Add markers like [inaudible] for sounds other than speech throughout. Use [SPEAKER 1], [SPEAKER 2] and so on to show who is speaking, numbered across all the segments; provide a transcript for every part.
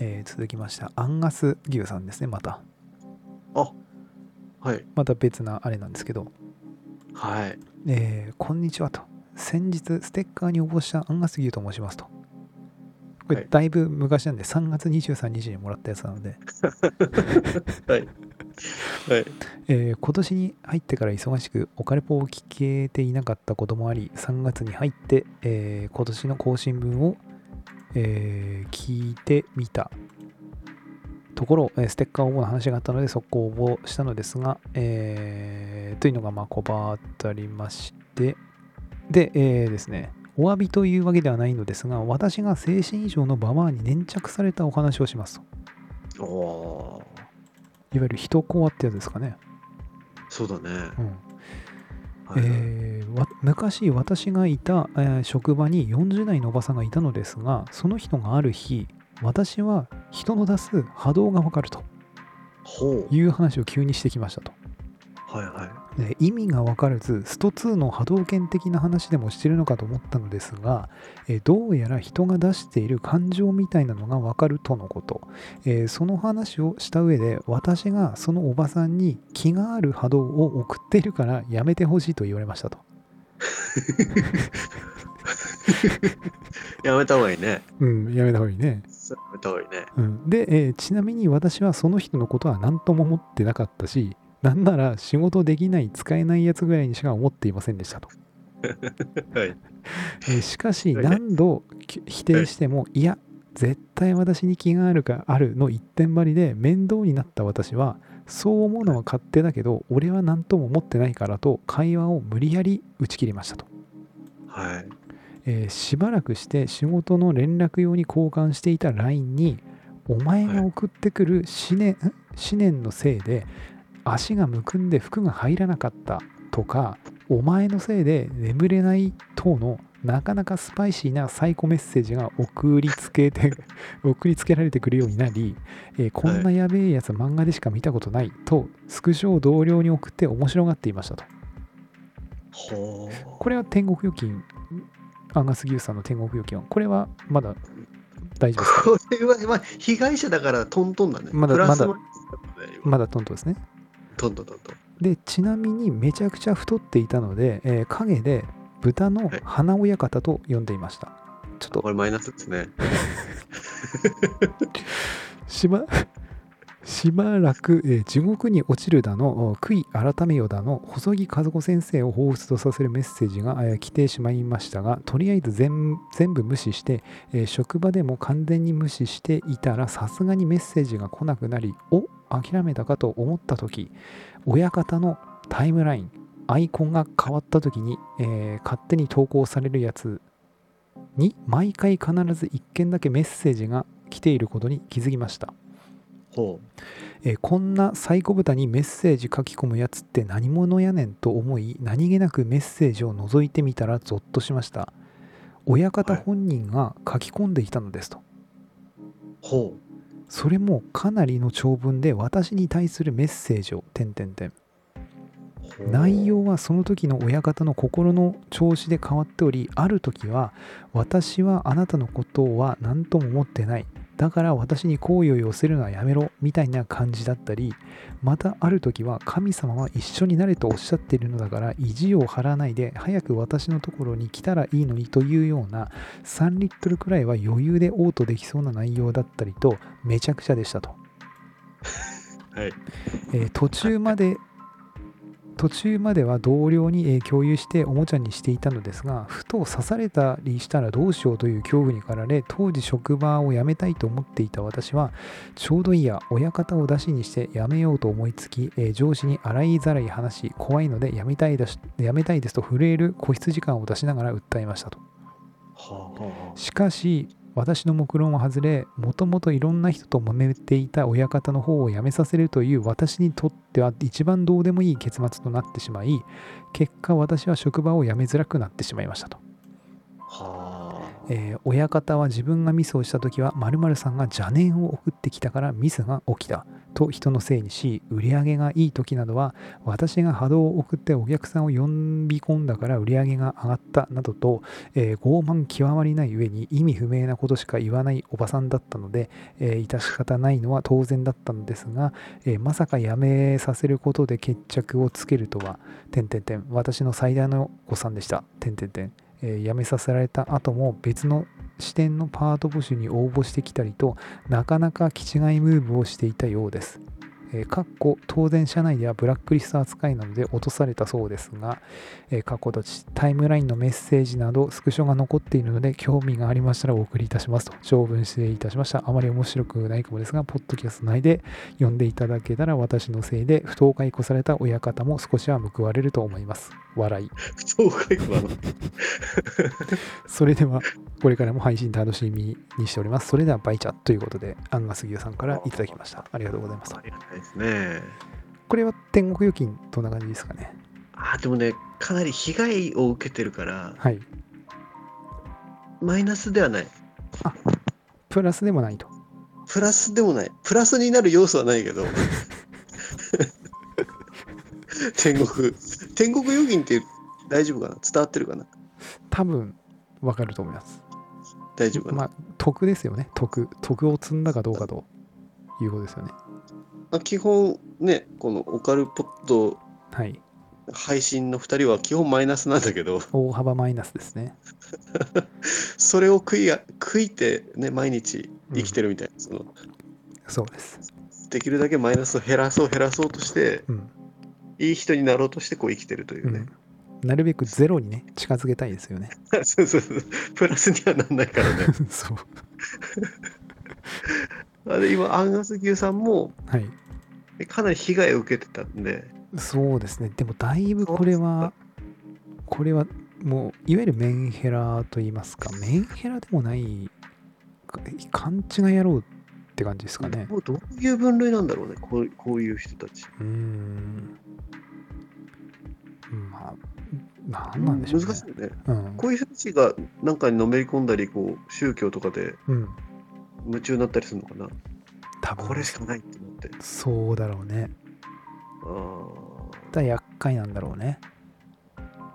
[SPEAKER 1] えー続きましたアンガス牛さんですねまた
[SPEAKER 2] あはい
[SPEAKER 1] また別なあれなんですけど、
[SPEAKER 2] はい
[SPEAKER 1] えーこんにちはと先日ステッカーに応募したアンガス牛と申しますとこ
[SPEAKER 2] は
[SPEAKER 1] れ
[SPEAKER 2] い
[SPEAKER 1] だいぶ昔なんで3月23日にもらったやつなので、
[SPEAKER 2] はい
[SPEAKER 1] えー今年に入ってから忙しくオカレポを聞けていなかったこともあり3月に入って、えー今年の更新分を、えー聞いてみたところ、えーステッカー応募の話があったので速攻応募したのですが、えーというのがまあこばったりましてで、えーですねお詫びというわけではないのですが私が精神異常のババアに粘着されたお話をしますと
[SPEAKER 2] おお
[SPEAKER 1] いわゆる人コアってやつですかね、
[SPEAKER 2] そうだね、
[SPEAKER 1] うん、
[SPEAKER 2] はい
[SPEAKER 1] えーわ昔私がいた、えー職場に40代のおばさんがいたのですがその人がある日私は人の出す波動がわかると
[SPEAKER 2] ほう
[SPEAKER 1] いう話を急にしてきましたと、
[SPEAKER 2] はいは
[SPEAKER 1] で意味がわからずスト2の波動拳的な話でもしてるのかと思ったのですが、えーどうやら人が出している感情みたいなのがわかるとのこと、えーその話をした上で私がそのおばさんに気がある波動を送っているからやめてほしいと言われましたと
[SPEAKER 2] いやめた方がいいね
[SPEAKER 1] うんやめた方がいいね
[SPEAKER 2] やめた方がいいね
[SPEAKER 1] うん、で、えーちなみに私はその人のことは何とも思ってなかったしなんなら仕事できない使えないやつぐらいにしか思っていませんでしたと、
[SPEAKER 2] はい
[SPEAKER 1] えーしかし
[SPEAKER 2] はいはい
[SPEAKER 1] 何度き否定してもいや絶対私に気があるかあるの一点張りで面倒になった私はそう思うのは勝手だけど俺は何とも思ってないからと会話を無理やり打ち切りましたと
[SPEAKER 2] はい
[SPEAKER 1] えーしばらくして仕事の連絡用に交換していた LINE にお前が送ってくる思念,ん、思念のせいで足がむくんで服が入らなかったとかお前のせいで眠れない等のなかなかスパイシーなサイコメッセージが送りつけて [laughs] 送りつけられてくるようになり、えーこんなやべえやつ漫画でしか見たことないとスクショを同僚に送って面白がっていましたと。
[SPEAKER 2] ほう
[SPEAKER 1] これは天国預金、アンガス牛さんの天国預金は、これはまだ大丈夫ですか
[SPEAKER 2] これは、まあ、被害者だからトントンだね。
[SPEAKER 1] まだ
[SPEAKER 2] プラス
[SPEAKER 1] まだ
[SPEAKER 2] マイナスだね今
[SPEAKER 1] まだトントンですね。
[SPEAKER 2] トントントントン。
[SPEAKER 1] で、ちなみにめちゃくちゃ太っていたので、えー影で豚の花親方と呼んでいました。ちょっ
[SPEAKER 2] ことれマイナスですね。
[SPEAKER 1] しばしばらく、えー地獄に落ちるだの、お悔い改めよだの、細木和子先生を彷彿とさせるメッセージが、えー来てしまいましたが、とりあえず全全部無視して、えー職場でも完全に無視していたら、さすがにメッセージが来なくなり、お諦めたかと思ったとき、親方のタイムライン、アイコンが変わったときに、えー勝手に投稿されるやつに、毎回必ず1件だけメッセージが来ていることに気づきました。
[SPEAKER 2] ほ
[SPEAKER 1] えーこんなサイコ豚にメッセージ書き込むやつって何者やねんと思い何気なくメッセージを覗いてみたらゾッとしました親方
[SPEAKER 2] はい
[SPEAKER 1] 本人が書き込んでいたのですと、
[SPEAKER 2] う。ほう。
[SPEAKER 1] それもかなりの長文で私に対するメッセージを点々点
[SPEAKER 2] ほう
[SPEAKER 1] 内容はその時の親方の心の調子で変わっておりある時は私はあなたのことは何とも思ってないだから私に好意を寄せるのはやめろみたいな感じだったりまたある時は神様は一緒になれとおっしゃっているのだから意地を張らないで早く私のところに来たらいいのにというような3リットルくらいは余裕で嘔吐できそうな内容だったりとめちゃくちゃでしたと。
[SPEAKER 2] [laughs] はい。
[SPEAKER 1] えー途中まで途中までは同僚に、えー共有しておもちゃにしていたのですがふと刺されたりしたらどうしようという恐怖に駆られ当時職場を辞めたいと思っていた私はちょうどいいや親方を出しにして辞めようと思いつき、えー上司に洗いざらい話し怖いので辞めたいだし辞めたいですと震える個室時間を出しながら訴えましたと。
[SPEAKER 2] ほうほうほ
[SPEAKER 1] しかし私の目論も外れもともといろんな人と揉めていた親方の方を辞めさせるという私にとっては一番どうでもいい結末となってしまい結果私は職場を辞めづらくなってしまいましたと、
[SPEAKER 2] う。はあ。
[SPEAKER 1] えー親方は自分がミスをした時は〇〇さんが邪念を送ってきたからミスが起きたと人のせいにし売り上げがいい時などは私が波動を送ってお客さんを呼び込んだから売り上げが上がったなどと、えー傲慢極まりない上に意味不明なことしか言わないおばさんだったので、えー致し方ないのは当然だったのですが、えーまさか辞めさせることで決着をつけるとはてんてんてん私の最大の誤算でしたてんてんてんえー辞めさせられた後も別の視点のパート募集に応募してきたりとなかなか気違いムーブをしていたようです。えーかっこ当然社内ではブラックリスト扱いなので落とされたそうですが、えー、過去とタイムラインのメッセージなどスクショが残っているので興味がありましたらお送りいたしますと長文失礼いたしましたあまり面白くないかもですがポッドキャスト内で読んでいただけたら私のせいで不当解雇された親方も少しは報われると思います笑い
[SPEAKER 2] 不当解雇なの。
[SPEAKER 1] それでは、これからも配信楽しみにしております。それでは、バイチャということで、アンガスギュさんからいただきました。ありがとうございます
[SPEAKER 2] あ。りがたいですね。
[SPEAKER 1] これは天国預金、どんな感じですかね。
[SPEAKER 2] あーでもね、かなり被害を受けてるから、
[SPEAKER 1] はい。
[SPEAKER 2] マイナスではない。
[SPEAKER 1] プラスでもないと。
[SPEAKER 2] プラスでもない。プラスになる要素はない [laughs] けど。天国、天国預金って大丈夫かな伝わってるかな
[SPEAKER 1] 多分、わかると思います。
[SPEAKER 2] 大丈夫かな、
[SPEAKER 1] まあ、得ですよね。得。得を積んだかどうかということですよね。
[SPEAKER 2] まあ基本ね、このオカルポッド
[SPEAKER 1] はい。
[SPEAKER 2] 配信の2人は基本マイナスなんだけど、
[SPEAKER 1] 大幅マイナスですね。
[SPEAKER 2] それを食いや食いてね、毎日生きてるみたいな、その
[SPEAKER 1] そうです。
[SPEAKER 2] できるだけマイナスを減らそう減らそうとして、
[SPEAKER 1] うん。
[SPEAKER 2] いい人になろうとしてこう生きてるといううね
[SPEAKER 1] ん。なるべくゼロにね、近づけたいですよね。 [laughs]
[SPEAKER 2] [laughs] そうそうそうプラスにはなんないから [laughs] ね。
[SPEAKER 1] そう。
[SPEAKER 2] あれ今、アンガス牛さんも
[SPEAKER 1] はい。
[SPEAKER 2] えかなり被害を受けてたんで、
[SPEAKER 1] そうですね。でもだいぶこれは、これはもう、いわゆるメンヘラと言いますか、メンヘラでもない、か勘違い野郎って感じですかね。
[SPEAKER 2] もうどういう分類なんだろうね、こうこういう人たち。
[SPEAKER 1] うーん。まあ、なんなんでしょうね。
[SPEAKER 2] 難しいよね。
[SPEAKER 1] うん。
[SPEAKER 2] こういう人たちがなんかにのめり込んだり、こう宗教とかで
[SPEAKER 1] うん。
[SPEAKER 2] 夢中になったりするのかな。
[SPEAKER 1] 多分
[SPEAKER 2] これしかないって思って。
[SPEAKER 1] そうだろうね。
[SPEAKER 2] あ
[SPEAKER 1] だ厄介なんだろうね。
[SPEAKER 2] あ。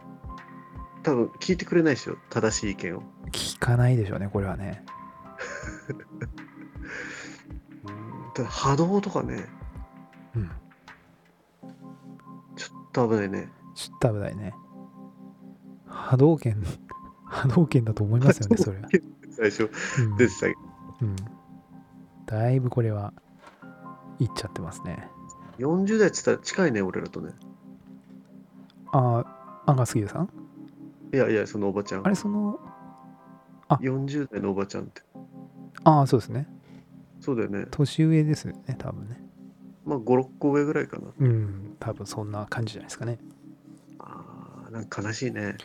[SPEAKER 2] 多分聞いてくれないですよ、正しい意見を。
[SPEAKER 1] 聞かないでしょうね、これはね。
[SPEAKER 2] ただ波動とかね、
[SPEAKER 1] うん。
[SPEAKER 2] ちょっと危ないね。
[SPEAKER 1] ちょっと危ないね。波動拳、 [laughs] 波動拳だと思いますよ
[SPEAKER 2] [laughs]
[SPEAKER 1] ね、それは。
[SPEAKER 2] 最初
[SPEAKER 1] うん
[SPEAKER 2] 出てたけど
[SPEAKER 1] うん。だいぶこれは、いっちゃってますね。
[SPEAKER 2] 40代って言ったら近いね、俺らとね。
[SPEAKER 1] ああ、アンガスギュさん
[SPEAKER 2] いやいや、そのおばちゃん
[SPEAKER 1] あ。れ、その、
[SPEAKER 2] 40代のおばちゃんって。
[SPEAKER 1] ああ、そうですね。
[SPEAKER 2] そうだよね。
[SPEAKER 1] 年上ですよね、多分ね。
[SPEAKER 2] まあ、5、6個上ぐらいかな。
[SPEAKER 1] うん、多分そんな感じじゃないですかね。
[SPEAKER 2] ああ、なんか悲しいね。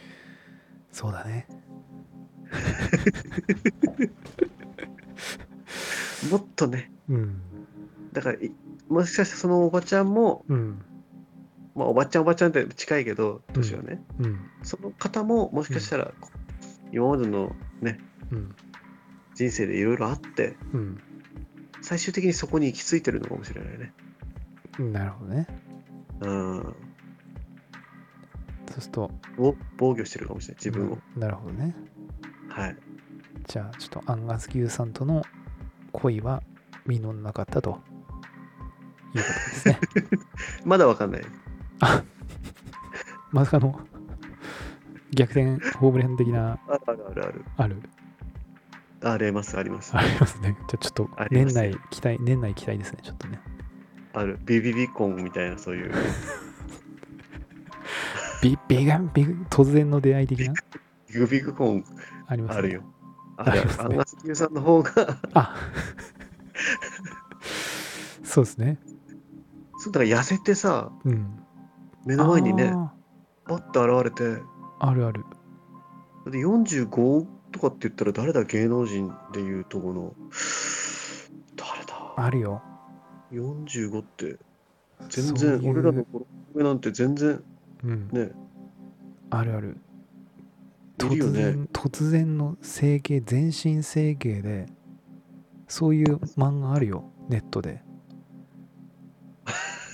[SPEAKER 1] そうだね。
[SPEAKER 2] もっとね、
[SPEAKER 1] うん。
[SPEAKER 2] だからい、もしかしてそのおばちゃんも、
[SPEAKER 1] うん。
[SPEAKER 2] まあ、おばちゃんおばちゃんって近いけど、年はね、
[SPEAKER 1] うん。
[SPEAKER 2] その方ももしかしたら、こう今までのね、
[SPEAKER 1] うん。
[SPEAKER 2] 人生でいろいろあって、
[SPEAKER 1] うん。
[SPEAKER 2] 最終的にそこに行き着いてるのかもしれないね。
[SPEAKER 1] なるほどね。
[SPEAKER 2] うん。
[SPEAKER 1] そうすると、
[SPEAKER 2] を防御してるかもしれない、自分を。
[SPEAKER 1] うんなるほどね。
[SPEAKER 2] はい。
[SPEAKER 1] じゃあ、ちょっとアンガスギュさんとの恋は実らなかったと。いうことです [laughs] ね。
[SPEAKER 2] まだわかんない。
[SPEAKER 1] まさかの逆転ホームラン的な
[SPEAKER 2] あるあるあるある。
[SPEAKER 1] ある
[SPEAKER 2] あります、あります。
[SPEAKER 1] ありますね。じゃあちょっと
[SPEAKER 2] あり
[SPEAKER 1] 年
[SPEAKER 2] ます
[SPEAKER 1] 内期待、年内期待ですね、ちょっとね。
[SPEAKER 2] ある。ビビビコンみたいな、そういう。
[SPEAKER 1] ビビガンビグ突然の出会い的な
[SPEAKER 2] ビグビグコン
[SPEAKER 1] あります、ね、
[SPEAKER 2] あるよ。あ
[SPEAKER 1] あり
[SPEAKER 2] る
[SPEAKER 1] ま
[SPEAKER 2] あ
[SPEAKER 1] すね
[SPEAKER 2] る。アンガス牛さんの方が、
[SPEAKER 1] あそうですね。
[SPEAKER 2] そうだから痩せてさ、
[SPEAKER 1] うん。
[SPEAKER 2] 目の前にね、
[SPEAKER 1] あ
[SPEAKER 2] パッと現れて、だ
[SPEAKER 1] ー。あるある。
[SPEAKER 2] って45とかって言ったら誰だ、芸能人でいうとこの、誰だ、
[SPEAKER 1] あるよ。
[SPEAKER 2] 45って、全
[SPEAKER 1] そうい
[SPEAKER 2] 然、
[SPEAKER 1] う
[SPEAKER 2] 俺らの頃上なんて全然
[SPEAKER 1] うん。
[SPEAKER 2] ね、
[SPEAKER 1] あるある。
[SPEAKER 2] いるよ
[SPEAKER 1] 突
[SPEAKER 2] ね
[SPEAKER 1] 然、突然の整形、全身整形で、そういう漫画あるよ、ネットで。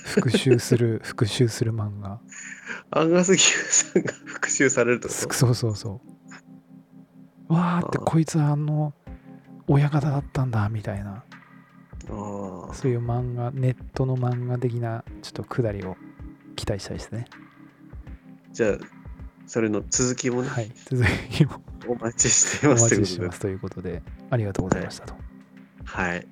[SPEAKER 1] 復讐する復讐する漫画
[SPEAKER 2] アンガス・ギフさんが復讐されるってこと
[SPEAKER 1] そうそうそうわーってこいつはあの親方だったんだみたいな
[SPEAKER 2] あ
[SPEAKER 1] そういう漫画ネットの漫画的なちょっとくだりを期待したいですね
[SPEAKER 2] あじゃあそれの続きもね、
[SPEAKER 1] はい続きも
[SPEAKER 2] お待ちしてい
[SPEAKER 1] お
[SPEAKER 2] [laughs] ま
[SPEAKER 1] 待
[SPEAKER 2] すという
[SPEAKER 1] ちして
[SPEAKER 2] ことで
[SPEAKER 1] ますということでありがとうございましたとは
[SPEAKER 2] はい
[SPEAKER 1] い